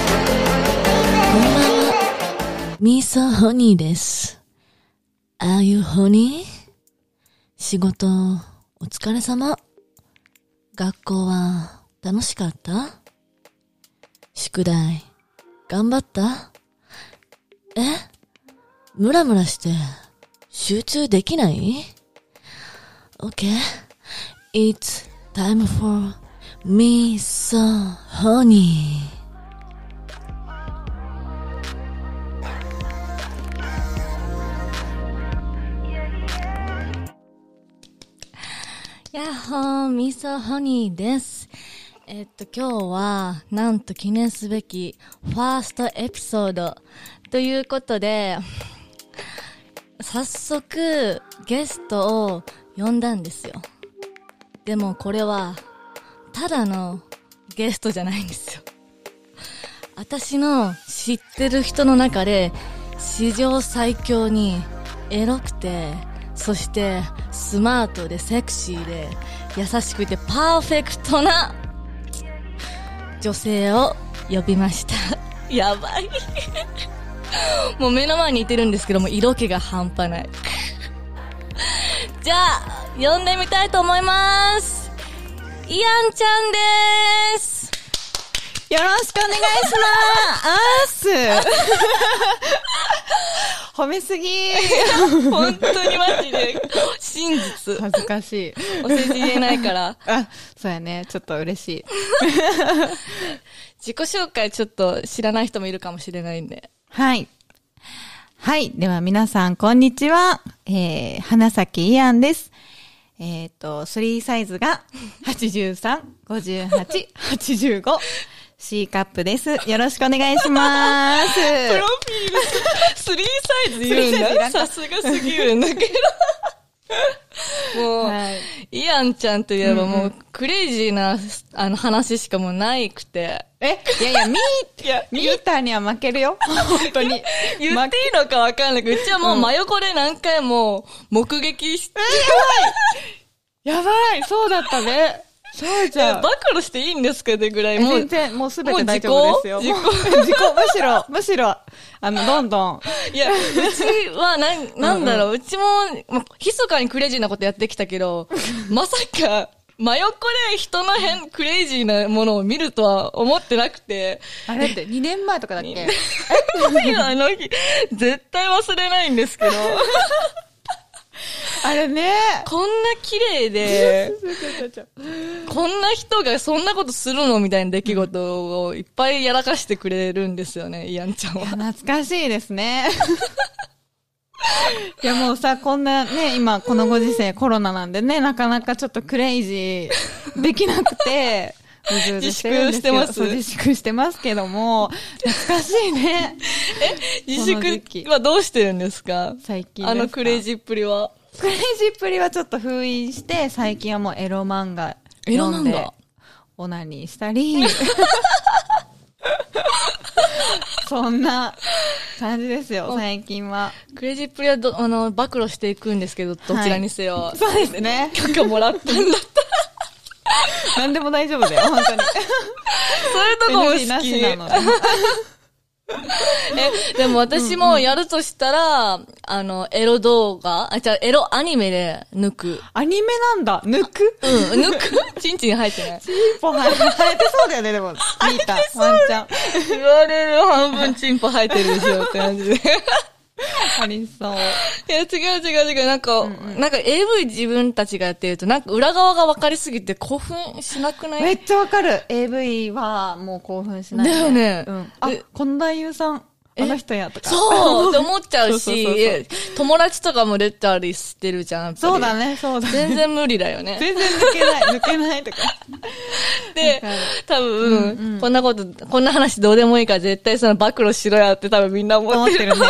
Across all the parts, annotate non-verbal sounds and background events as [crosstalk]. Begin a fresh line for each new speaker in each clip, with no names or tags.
こんばんは。ミーソーホニーです。Are you honey? 仕事、お疲れ様。学校は楽しかった宿題、頑張ったえムラムラして、集中できない ?Okay. It's time for me so honey. やっほー、みそホニーです。えっと、今日は、なんと記念すべき、ファーストエピソード。ということで、早速、ゲストを呼んだんですよ。でも、これは、ただのゲストじゃないんですよ。私の知ってる人の中で史上最強にエロくてそしてスマートでセクシーで優しくてパーフェクトな女性を呼びました
[laughs]
やばい [laughs] もう目の前にいてるんですけども色気が半端ないじゃあ呼んでみたいと思いますイアンちゃんです
よろしくお願いします [laughs] 褒めすぎ
[laughs] 本当にマジで、真実。
恥ずかしい。
お世辞言えないから、
あ、そうやね。ちょっと嬉しい。
自己紹介ちょっと知らない人もいるかもしれないんで。
はい。はい。では皆さん、こんにちは。えー、花咲イアンです。えっ、と、3サイズが83、58、85。C カップです。よろしくお願いします。
プロフィール、スリーサイズ言
スリーサイズいうら
んだ。
んか
さすがすぎるんだけど。もう、
はい
イアンちゃんといえばもう、クレイジーな、あの、話しかもうないくて。
え、いやいや、ミ
いや
ー、ミーターには負けるよ。本当に。
言っていいのかわかんないけど、うちはもう真横で何回も目撃して、
[laughs] やばいそうだったね。そうじゃん。
暴露していいんですかねぐらい、もう
全、然、もうすべて大丈夫ですよ。
もう
[laughs] もう事故、むしろ、むしろ、あの、どんどん。
いや、うちはなん、なんだろう、うちも、ま、密かにクレイジーなことやってきたけど、
[laughs]
まさか、真横で人の変、クレイジーなものを見るとは思ってなくて、
あれって、2年前とかだっけ
あの日、絶対忘れないんですけど、
[laughs] あれね。
こんな綺麗で、こんな人がそんなことするのみたいな出来事をいっぱいやらかしてくれるんですよね、イアンちゃん
[laughs]
は。
懐かしいですね。いやもうさ、こんなね、今このご時世コロナなんでね、なかなかちょっとクレイジーできなくて、うずうずるんですよ
自粛してます
そう自粛してますけども、懐かしいね。
自
この時期
粛はどうしてるんですか
最近
あ
です
の
か
クレイジーっぷりは。
クレイジーっぷりはちょっと封印して、最近はもうエロ漫画
エロ漫画
読んで、オナニーしたり、
[laughs]
そんな感じですよ、最近は。
クレイジープリはど、あの、暴露していくんですけど、どちらにせよ。
そうですね。
許可もらったん [laughs] だった。
何でも大丈夫だよ、本当に。
[laughs] そういう
NG
とこも
な
好き。
しなので。
え、でも私もやるとしたら、あの、エロ動画、あ、じゃあエロアニメで抜く。
アニメなんだ、抜く
[laughs] うん、抜くチンチン入ってない。
一歩生えてそうだよね、でも。見た、ワンちゃん。
言われる半分チンポ入ってるでしょって感 [laughs] じで。
ありそう。
いや、違う違う違う。なんか、なんか AV 自分たちがやってると、なんか裏側が分かりすぎて興奮しなくない
めっちゃわかる。AV はもう興奮しない。
だよね
うん。あ
え、
近大優さん。あの人やと
[laughs]
か。
そうって思っちゃう
そう
し
そうそうそう
え友達とかも出たりしてるじゃん。やっぱり
そうだ。ね、そうだね。
全然無理だよ [laughs] ね。
全然抜けない、抜けないとか。
で、多分、こんなこと、こんな話どうでもいいから絶対その暴露しろやって多分みんな思
思
っ
ってて
る。
るね。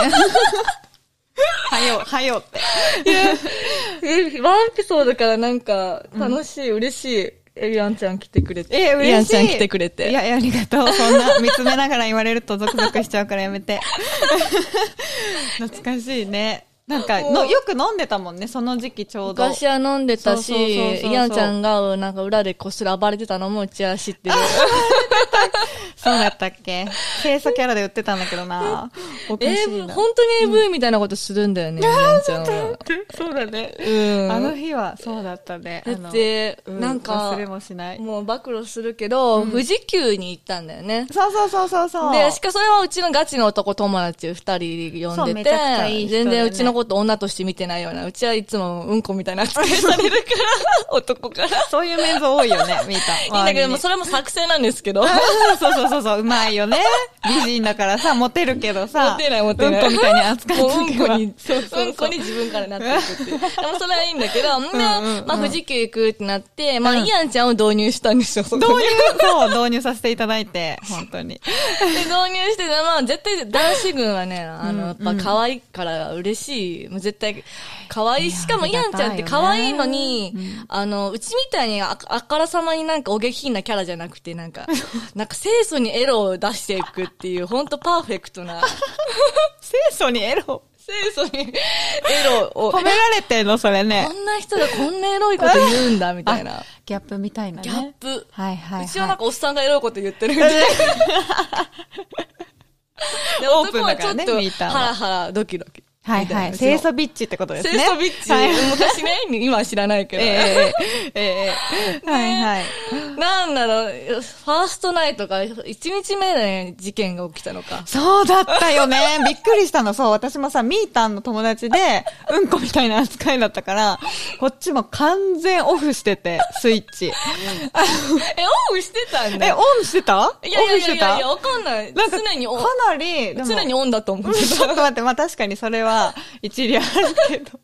はよ、はよって。
[laughs] えワンエピソードからなんか、楽しい、嬉しい。え、イアンちゃん来てくれて。
え、
イア
嬉
ン
しい。
ちゃん来てくれて。
いや、いやありがとう。そんな、見つめながら言われるとゾクゾクしちゃうからやめて。 [laughs] 懐かしいね。なんか、のよく飲んでたもんね、その時期ちょうど。
昔は飲んでたし、
そうそうそうそう
イアンちゃんが、なんか裏でこっそり暴れてたのもうちは知ってる。
そうだったっけ清楚キャラで売ってたんだけどな。おか
え
しい
ー、
な。
本当に AV みたいなことするんだ [laughs] よね、イアンちゃんは。
そうだね。
うん。
あの日は、そうだったね。
だって
あの
なんか
忘れもしない。
もう暴露するけど、富士急に行ったんだよね。
そうそうそうそうそう。
で、しかそれはうちのガチの男友達二人呼んで
そうめちゃくちゃ
て、
いい
全
人だよね
然うちのこと女として見てないような、うちはいつもうんこみ
[laughs]
たいな扱いされるから、 [laughs] 男から。い
そういうメンズ多いよね、見た。い
いんだけど、もうそれも作戦なんですけ
[laughs]
ど。 [laughs]
そうそうそうそう、うまいよね。美人だからさ、モテるけどさ。
モテないモテない
うんこみたいに扱
もう
っ
う
て
ん
る
こ
から
に、
[laughs] そうそうそう。
んこに自分からなっていくっていう。で
[laughs]
もそれはいいんだけど、んで、まあ富士急行くってなって、まあ
うん
イアンちゃんを導入したんですよ、そこに
導入、そう、導入させていただいて、本当に。
で導入して、まあ絶対男子軍はね、あの、やっぱ可愛いから嬉しい。もう絶対可愛い。しかも
あり
イ
が
ア
たい
ンちゃんって可愛いのに、あの、うちみたいにああからさまになんかお下品なキャラじゃなくて、
[laughs]
なんか、なんか清楚にエロを出していくっていう、ほんとパーフェクト
[laughs]
な、
清楚にエロ。
清楚にエロを
褒、められてんの、それね
こ。んな人がこんなエロいこと言うんだ、みたいな
あ。。ギャップみたいなね。
ギャップ。
はいはい、はい。
うちはなんかおっさんがエロいこと言ってるみたい
[laughs]
な。で
オ
男
ープンだ
は
か
ちょ
ら
っ
ね
と
ミーターは
ハラハラドキドキ。
はい
みた
はいい。
な
清楚ビッチってことですね。
清楚ビッチ、
はい
昔ね、今は知らないけど。
ええええええはいはい。
なんだろう、ファーストナイトが1日目で事件が起きたのか。
そうだったよね。 [laughs] びっくりしたの。そう、私もさ、みーたんの友達で、うんこみたいな扱いだったから、こっちも完全オフしてて、スイッチ。
え、オンしてたんだ
え、オ
よ。
ンしてた
いやい
オ
や
フ
い
し
や
て
いや
た
いや、わかんない。
なんか、
常にオン
か、なり、でも
常にオンだと思うけど。
[laughs] ちょっと待って、まあ確かにそれ
[laughs]
は一理あるけど。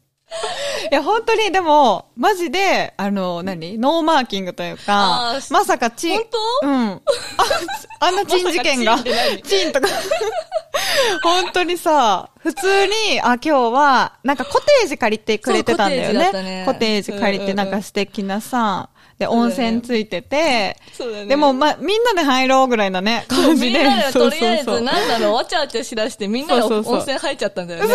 いや、本当に、でも、マジで、あの、何ノーマーキングというか
あー、
まさかチン。
本当
うん。あ、あんなチン事件が、
[laughs] まさかチンって何
チンとか。 [laughs] 本当にさ、普通に、あ、今日は、なんかコテージ借りてくれてたんだよ
そうコテージだ
ね。
ったね
コテージ借り
うんうんう
て、
ん
なんか素敵なさ、で、
うだ
温
ね
泉ついてて、
そうだね
でも、まあ、みんなで入ろうぐらいなね、
そう
感
み
じ
ん
で。
なで
そ
と
う
りあえ
そうそ
ず
う
なんだろう、わちゃわちゃしだして、みんなで
そうそうそう
温泉入っちゃったんだよね。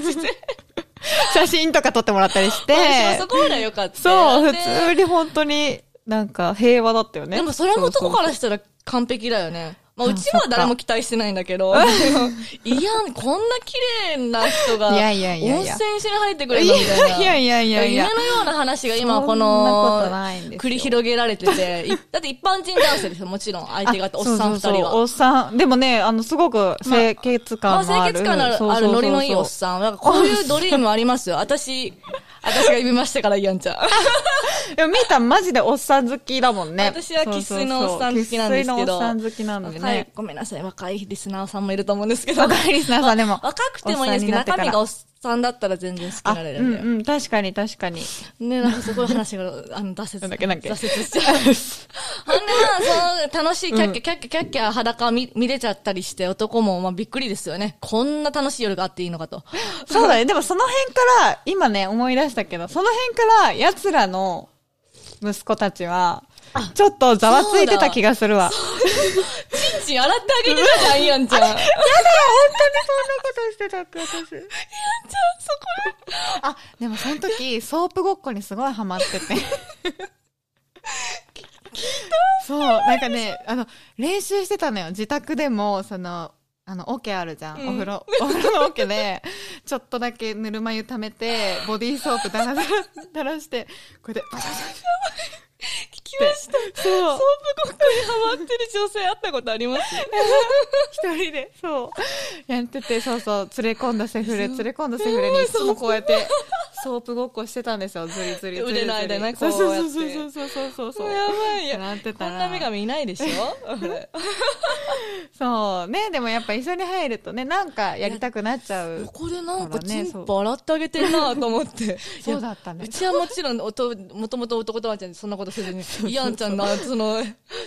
[laughs] 写真とか撮ってもらったりして。
私もそこまでは良かった。
そう、普
で
通に本当に、なんか平和だったよね。
でもそれも
そう
男
そう
からしたら完璧だよね。まあ、
あ
うちは誰
そ
も
っか
期待してないんだけ
[laughs]
ど。いや、こんな綺麗な人が、
い
温
や
泉
いやいやい
一
や
緒に入ってくれるのみたいな。
いやいやいやいや
夢のような話が今、
そんな
こ
こと
の
ないんです、よ
繰り広げられてて。い
[laughs]
だって一般人男性ですよ、もちろん。相手方、おっさん二人
あそうそうそうお
は。
っさん。でもね、あの、すごく清潔
まあ、
感のあ
清
る。
潔感のあ
そう
る、
そう
あ
そう
るノリのいいおっさん。なんかこういうドリームありますよ。私、私が言いましたから、イアンちゃん。
でも、みーたんマジでおっさん好きだもんね。
私は生粋のおっさん好きなんですけど。
生粋のおっさん好きなんで
若い
ね。
ごめんなさい、若いリスナーさんもいると思うんですけど。
[laughs] 若いリスナーさんでも
わ若くてもいいんですけど、
おっさんになってか
中
ら
身がおっさんだったら全然好き
あ、
になれ
う
るん
ん
だよ。
うん、確かに確かに。
ね、なんかすごい話が、あの、挫折。
なんだっけなんだっけ
挫折しちゃ
[laughs]
う。ほんで、まあ、その、楽しい、キャッキャ、キャッキャ、キャッキャ、裸見見れちゃったりして、男も、まあ、びっくりですよね。こんな楽しい夜があっていいのかと。
そうだね。でもその辺から、今ね、思い出したけど、その辺から、奴らの息子たちは、ちょっとざわついてた気がするわ。
チンチン洗って [laughs] あげてたじゃん、イアンちゃん。イアンちゃん、そ
本当にそんなことしてたって私。
こへ。
あ、でもその時、ソープごっこにすごいハマってて。そう、なんかね、あの、練習してたのよ。自宅でも、その、あの、オケあるじゃん。お風呂、お風呂のオケで、ちょっとだけぬるま湯溜めて、ボディーソープだらだら、だらして、これで、バシャバシャバシ
聞きました。
ャ [laughs] そう
ソープごっこにハマってる女性会ったことあります
一人で、そう。やってて、そうそう、連れ込んだセフレ、連れ込んだセフレにいつもこうやって、ソープごっこしてたんですよ、ずりずりずりずり。
腕の間ね
そう
こうや
そ
っ
う
て
そうそうそうそうそうそう。
やばいよ。
なって
こ
たら
んな女神いないでし
[laughs]
ょ
そうね、でもやっぱ一緒に入るとね、なんかやりたくなっち
[laughs]
ゃう。
こでなん
かチンポ
洗ってあげてるなと思って。
[laughs] そうだったね
う。ちはもちろんおと、もともと男友達なんでそんなことせず
[laughs]
に、イアンちゃんのその、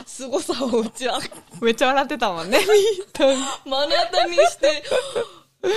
凄さをうちは
めっちゃ笑ってたもんね。
目の当たりにして、
[laughs] [laughs]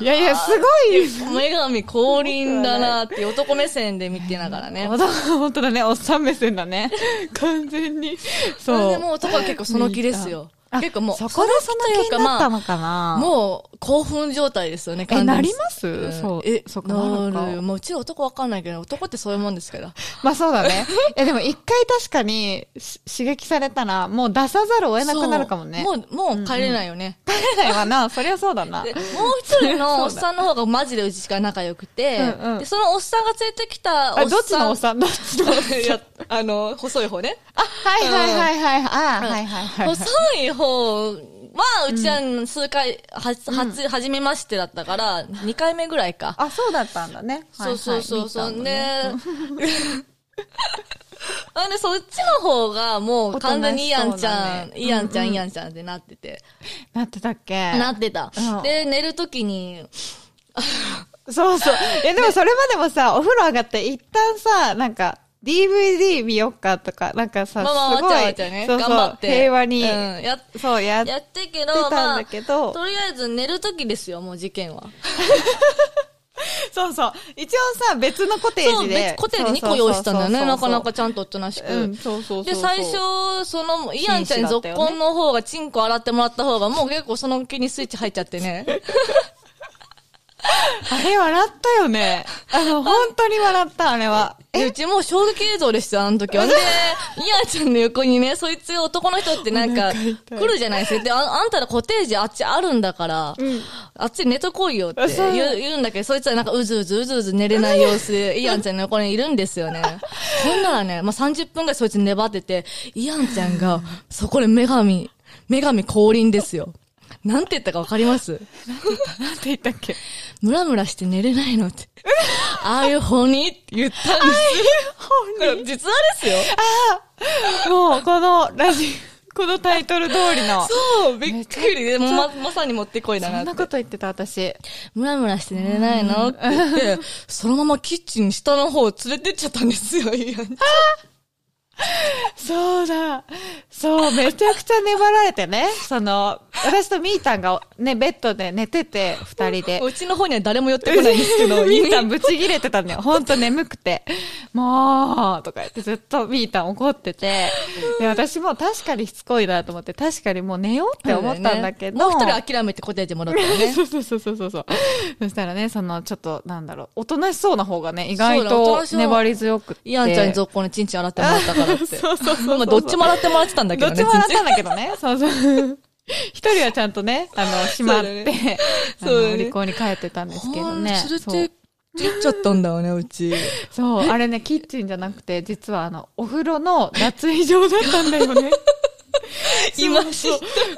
いやい
[laughs]
や、すごい
女神降臨だなって男目線で見てながらね。
[laughs] 本当だね、おっさん目線だね。完全に。
そ
そう。
れでもう男は結構その気ですよ。
あ
結構もう、
そこでその気になった
ま
のかな
あ、もう興奮状態ですよね、
え、
完全に
なります、
うん
そう。
え、
そこな
な
るか。
るよ。もううちら男わかんないけど、男ってそういうもんですから。
まあそうだ
[laughs]
ね。え、でも一回確かにし刺激されたら、もう出さざるを得なくなるかもね。
そうもう、もう帰れないよね。
帰れないわな。そりゃそうだな
で。もう一人
[laughs]
のおっさんの方がマジでうちから仲良くて、
うんうん
で、そのおっさんが連れてきたおっさ
あ、
ん。
どっちのおっさんどっちのおっさ
[laughs]
ん
いや、あの、細い方ね。
あ、はいはいはいはい。あ、
うん
はいはいはい。
細い方は、うちは数回、はつ、はつ、はじめましてだったから、2回目ぐらいか。
あ、そうだったんだね。はい
そ
は
う
い
そうそう、そう
見たの
ね。 [laughs] なんで、そっちの方が、もう、完全にイアンちゃん、
おとなしそうだね
イアンちゃん、イアンちゃんってなってて。
なってたっけ
なってた
うん。
で、寝るときに、
そ
[laughs]
うそう。いや、でもそれまでもさ、お風呂上がって一旦さ、なんか、DVD 見よっかとか、なんかさ、
まあまあ、わ
すご
ち
い、
ゃわちゃね、
そ
頑
うそう
張って。
平和に、
うん、やっ
そう、やっ
やってけど、
やってた
ま
ん
あ、
だけど
とりあえず寝るときですよ、もう事件は。
そうそう。一応さ、別のコテー
そ
ジ
う、
で
別。コテージ2個用意したんだよね、
そうそ
な
うそ
か
う
なかちゃんとおとなしく。
うん、そうそうそうそ
で、
う。
最初、その、イアンちゃんに続
紳士だったよね
婚の方が、チンコ洗ってもらった方が、もう結構その気にスイッチ入っちゃってね。
あれ笑ったよね。あ
[laughs]
の、本当に笑った、あれは。
でうちもう衝撃映像でしたよ、あの時は。 [laughs] で、イアンちゃんの横にね、そいつ男の人ってなんか、来るじゃないですか。で、ああんたらコテージあっちあるんだから、あっち寝とこいよって
そう
言う言うんだけど、そいつはなんかうずうずうずうず寝れない様子 [laughs] で、イアンちゃんの横にいるんですよね。ほんならね、まあ、30分ぐらいそいつ粘ってて、イアンちゃんが、そこで女神、女神降臨ですよ。なんて言ったかわかります
なんて言ったっけ
ムラムラして寝れないの [laughs] って。ああいう方にって言ったんです。これ実話ですよ。
もう、このラジ、 [laughs] このタイトル通りの。
そう、びっくり。でもま、まさに持ってこいだ
そん
な
な
って。
こと言ってた、私。
ムラムラして寝れないのって言って、そのままキッチン下の方連れてっちゃったんですよ、イアンち
そうだ。そう、めちゃくちゃ粘られてね。その、私とみーたんがね、ベッドで寝てて、二人
ゃ
で
ん。。うちの方には誰も寄ってこないんですけど、
み
イ
ーたんぶち切れてたん
[laughs]
だよ。ほんと眠くて。もう、とか言ってずっとみーたん怒ってて。で、私も確かにしつこいなと思って、確かにもう寝ようって思ったんだけど。
もう一人諦めてコテージ戻ったよね。
そうそうそうそうそうそう。そしたらね、その、ちょっと、なんだろう、おとなしそうな方がね、意
そ
外
うだおとなしそ
と
う
粘り強くって。
イアンちゃんに続行にチンチン洗ってもらったからって。
[laughs] そうそうそうそう
まあどっちも洗ってもらってたんだけ
ど
ど
っ
ね。
ちも洗ったんだけどね。そうそう。一人はちゃんとね、あの、しまっ
そう
て、
だ
あ
そうだ
の、
ね
離婚に帰ってたんですけど
ほん
ね。
連れ
そう
て行っちゃったんだよね、うち。
そう、あれね、キッチンじゃなくて、実はあの、お風呂の脱衣場だったんだよね。
[laughs] 今
そうそ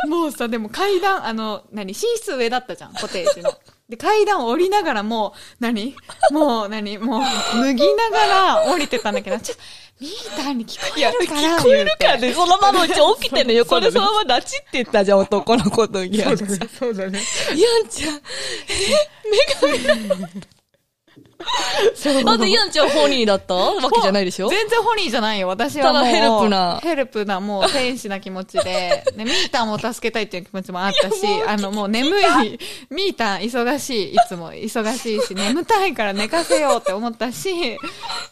うもうさ、でも階段、あの、何、寝室上だったじゃん、コテージの。で、階段を降りながらもう、何もう、何もう、脱ぎながら降りてたんだけど、ちょ、ミーターに聞こえるから。
聞こえるから
言うて
ね、そのままうち起きてんの横でそのまま立ちって言ったじゃん、男の子とイアンちゃん。イアン
そうだね。
ちゃん、え目が見えない。あとイアンちゃんホニーだったわけじゃないでしょ
全然ホニーじゃないよ。私はも
た
う。
だヘルプな
ヘルプな、もう天使な気持ち
[laughs]
で。ね、ミータンも助けたいっていう気持ちもあったし、あの、もう眠い。ミータン忙しい。いつも忙しいし、眠たいから寝かせようって思ったし、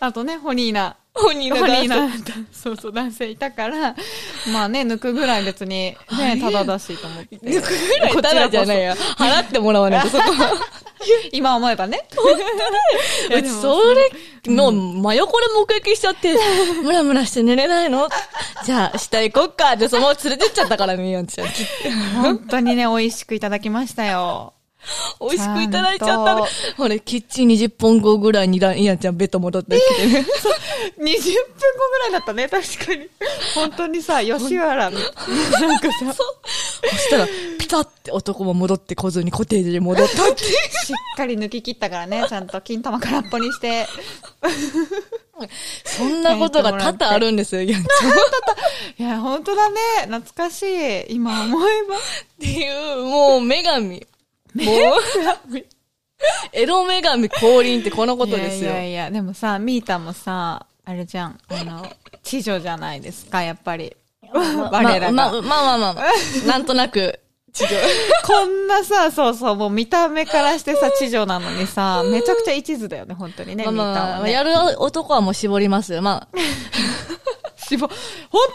あとね、ホニーな。
ホニ
ホ
ーの
ニー
ダン
な、そうそう、男性いたから、まあね、抜くぐらい別に、ね、ただだしと思って。
ス。抜くぐらいただじゃないや。払ってもら [laughs] わないと、そこは。
今思えばね。
うち、それの真横で目撃しちゃ [laughs] って、ムラムラして寝れないのじゃあ、下行こっか。ってそのまま連れてっちゃったからね、イアンちゃん。
本当にね、美味しくいただきましたよ。
美味しくいただいちゃった
ちゃん
ね
と。
ほれ、キッチン20分後ぐらいにライアンちゃんベッド戻ってきてね。
20分後ぐらいだったね、確かに。本当にさ、吉原、なんかさ、
そしたら、ピ来たって男も戻ってこずにコテージに戻ったって。
しっかり抜き切っ
[laughs]
たからね、ちゃんと金玉空っぽにして。
そんなことが多々あるんですよ、現地 [laughs]
いや、本当だね。懐かしい。今思えば。
っていう、もう女神。もう、エロ女神降臨ってこのことですよ。
いやいやいや、でもさ、みーたんもさ、あれじゃん。あの、知女じゃないですか、やっぱり。 [laughs] 我ら
ままま
が、
あまあまあま
[laughs]
あ、なんとなく、
こんなさ、そうそう、もう見た目からしてさ、知女なのに
[laughs]
さ、めちゃくちゃ一途だよね、本当にね、
まあ
みーたん
ま
は、
あ、
ね。
やる男はもう絞りますよ。まあ、
絞、本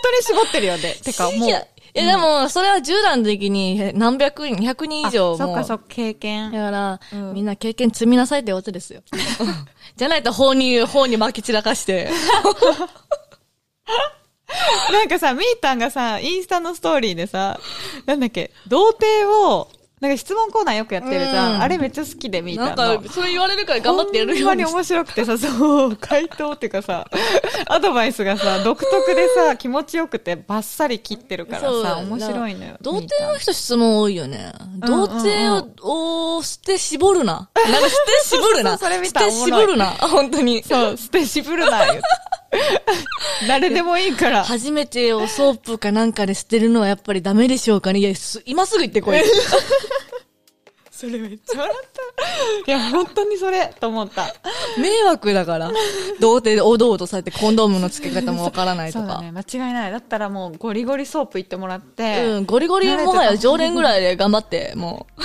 当に絞ってる
[laughs]
よね。てか、も
い
う。
や、いやでも、それは10段の時にえ何百人、100人以上も。
あそっかそっか、経
だ
験。
から、
うん
みんな経験積みなさいってことです
[laughs]
よ。じゃないと法に、法に巻き散らかして。
[laughs] なんかさ、みーたんがさ、インスタのストーリーでさ、なんだっけ、童貞を、なんか質問コーナーよくやってるじゃん。
うん
あれめっちゃ好きで、みーた
なん
んの。
か、それ言われるから頑張ってやるよ
ほ
うん
ま
に
に面白くてさ、そう、回答っていうかさ、 [laughs] アドバイスがさ、独特でさ、気持ちよくてバッサリ切ってるから
そう
さ、面白いのよ。
童貞の人質問多いよね。
うんうん
童貞を、を捨て絞るな。なんか捨て絞るな。
[laughs] そうそうそれ見
捨
た
て絞るな。あ本当に。
そう、スペシブル
[laughs]
なよ。誰でもいいから。
初めてをソープかなんかで捨てるのはやっぱりダメでしょうかね。いや、す今すぐ行ってこい。
[laughs] それめっちゃ笑った。いや、本当にそれ、と思った。
迷惑だから。童貞でおどおどされてコンドームの付け方もわからないと
[laughs] そう
か。
だね、間違いない。だったらもうゴリゴリソープ行ってもらって。
うん、ゴリゴリもはや常連ぐらいで頑張って、もう。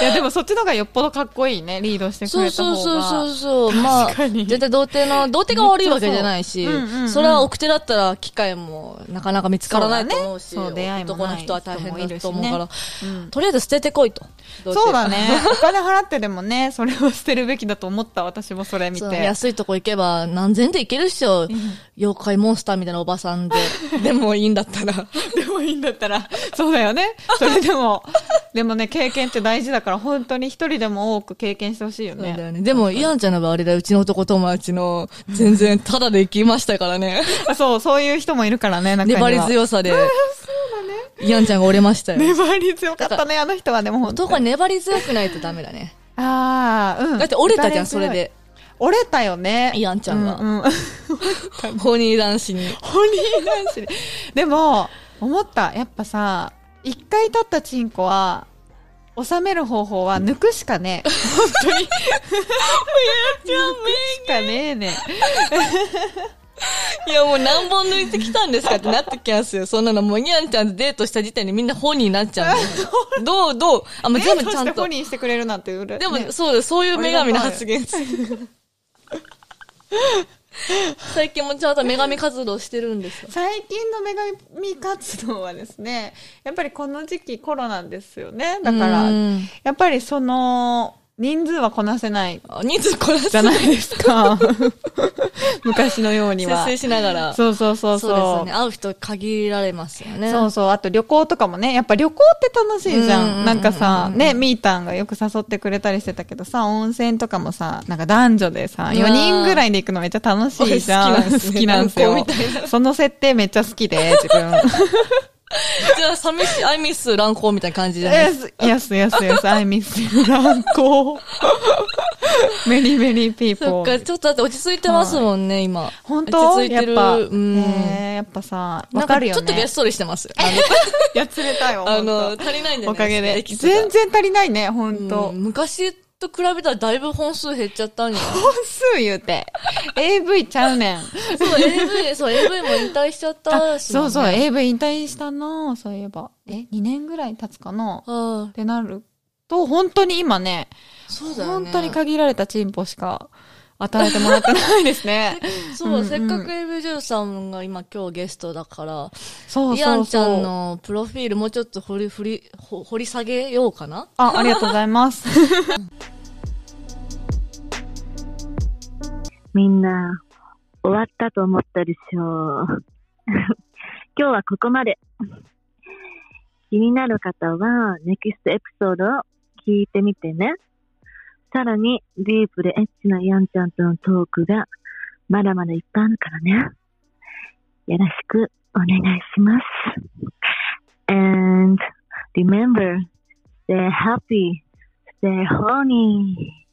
いや、でもそっちの方がよっぽどかっこいいね、リードしてく
そ
れ
う
た
そ
方
う
が。
そうそうそう。まあ、
確かに
絶対童貞の、童貞が悪いわけじゃないし、
めっちゃそううんうんうん
それは奥手だったら機会もなかなか見つからないと思うし、
そうだねそう出会いもない
男の人は大変だと思う
人もい
から
る、うん
とりあえず捨ててこいと。
そうだね。お金払ってでもね、それを捨てるべきだと思った、私もそれ見
そう
て。
安いとこ行けば何千で行けるっしょ。妖怪モンスターみたいなおばさん
[laughs]
で。でもいいんだったら。
でもいいんだったら。そうだよね。それでも。 [laughs] でもね、経験って大事だから、本当に一人でも多く経験してほしいよ
そうだよ
ね。
ね。でも、イアンちゃんの場合、あれだよ、うちの男友達の、全然、タダで行きましたからね。
あそう、そういう人もいるからね、中には
粘り強さで。そうだね。イアンちゃんが折れましたよ。
粘り強かったね、あの人はでも本当
男は粘り強くないとダメだね。
ああ、うん。
だって折れたじゃん、それ。で。
折れたよね。
イアンちゃんが
ううん。
ホニー男子に。
ホニー男子で。でも、思った。やっぱさ、一回立ったチンコは、収める方法は抜くしかねえ。本当に。抜くしかねえね。
いや、もう何本抜いてきたんですかってなってきますよ。そんなの、もうイアンちゃんとデートした時点でみんなホニーになっちゃうんで。 [laughs] どう、どう、あ、もう全部ちゃ
デートして
んと
ホ。ニーしてくれるなんてうる。
でも、
ね
そうです。そういう女神の発言 [laughs] です。最近もちゃんと女神活動してるんですよ。
最近の女神活動はですね、やっぱりこの時期コロナですよね。だから、
うん
やっぱりその、人数はこなせない
あ人数こなす
じゃないで
[laughs]
すか。昔のようには
節。制しながら。
そうそうそうそう。
ですよね。会う人限られますよね。
そうそう。あと旅行とかもね、やっぱ旅行って楽しいじ
うんうんうん
ゃ。
うんん
なんかさ、ね、みーたんがよく誘ってくれたりしてたけどさ、温泉とかもさ、なんか男女でさ、
うわー
4人ぐらいで行くのめっちゃ楽しいじゃん。
俺好きなんですね
好きなんですよ。
乱行みたい
その設定めっちゃ好きで、自分。
[laughs] じゃあ、寂しい、アイミス乱行みたいな感じじゃないですか。
yes, yes, yes, yes, [laughs] I miss you, 乱行。メリーメリーピー
そ
ポ
っか、
ー。
ちょっとだって落ち着いてますもんね、今。
本当
落ち着い
やって
る。
ぱ、
うん。
ねえやっぱさ、
な
わ
んか
かる
ち
よ
ょ
ね。
っとげっそりしてます。
[laughs] やつれたよ。
[laughs] あの、
ほ
あ
んと
の足りないんじゃ
お
な
か
い
げ
で
で。
すか。
全然足りないね、本
然
当
昔と比べたらだいぶ本数減っちゃ
[laughs]
ったんや。
本数言うて。AV ちゃうねん。
そう、AV、そう、AV も引退しちゃったし、
そうそう、
ね。
AV 引退したの、そういえば。え、2年ぐらい経つかな
あ
ってなると、本当に今ね、
あ、そうだよね。
本当に限られたチンポしか与えてもらってないです
[laughs]
ね。
そう、
うんうん
せっかく AV 女優さんが今今日ゲストだから、
そうそうそう。
イアンちゃん。のプロフィールもうちょっと掘り、掘り、ほ掘り下げようかな
あ、ありがとうございます。
みんな、終わったと思ったでしょう。今日はここまで。気になる方は、ネクストエピソードを聞いてみてね。さらに、ディープでエッチなヤンちゃんとのトークが、まだまだいっぱいあるからね。よろしくお願いします。And, Remember, stay happy, stay horny.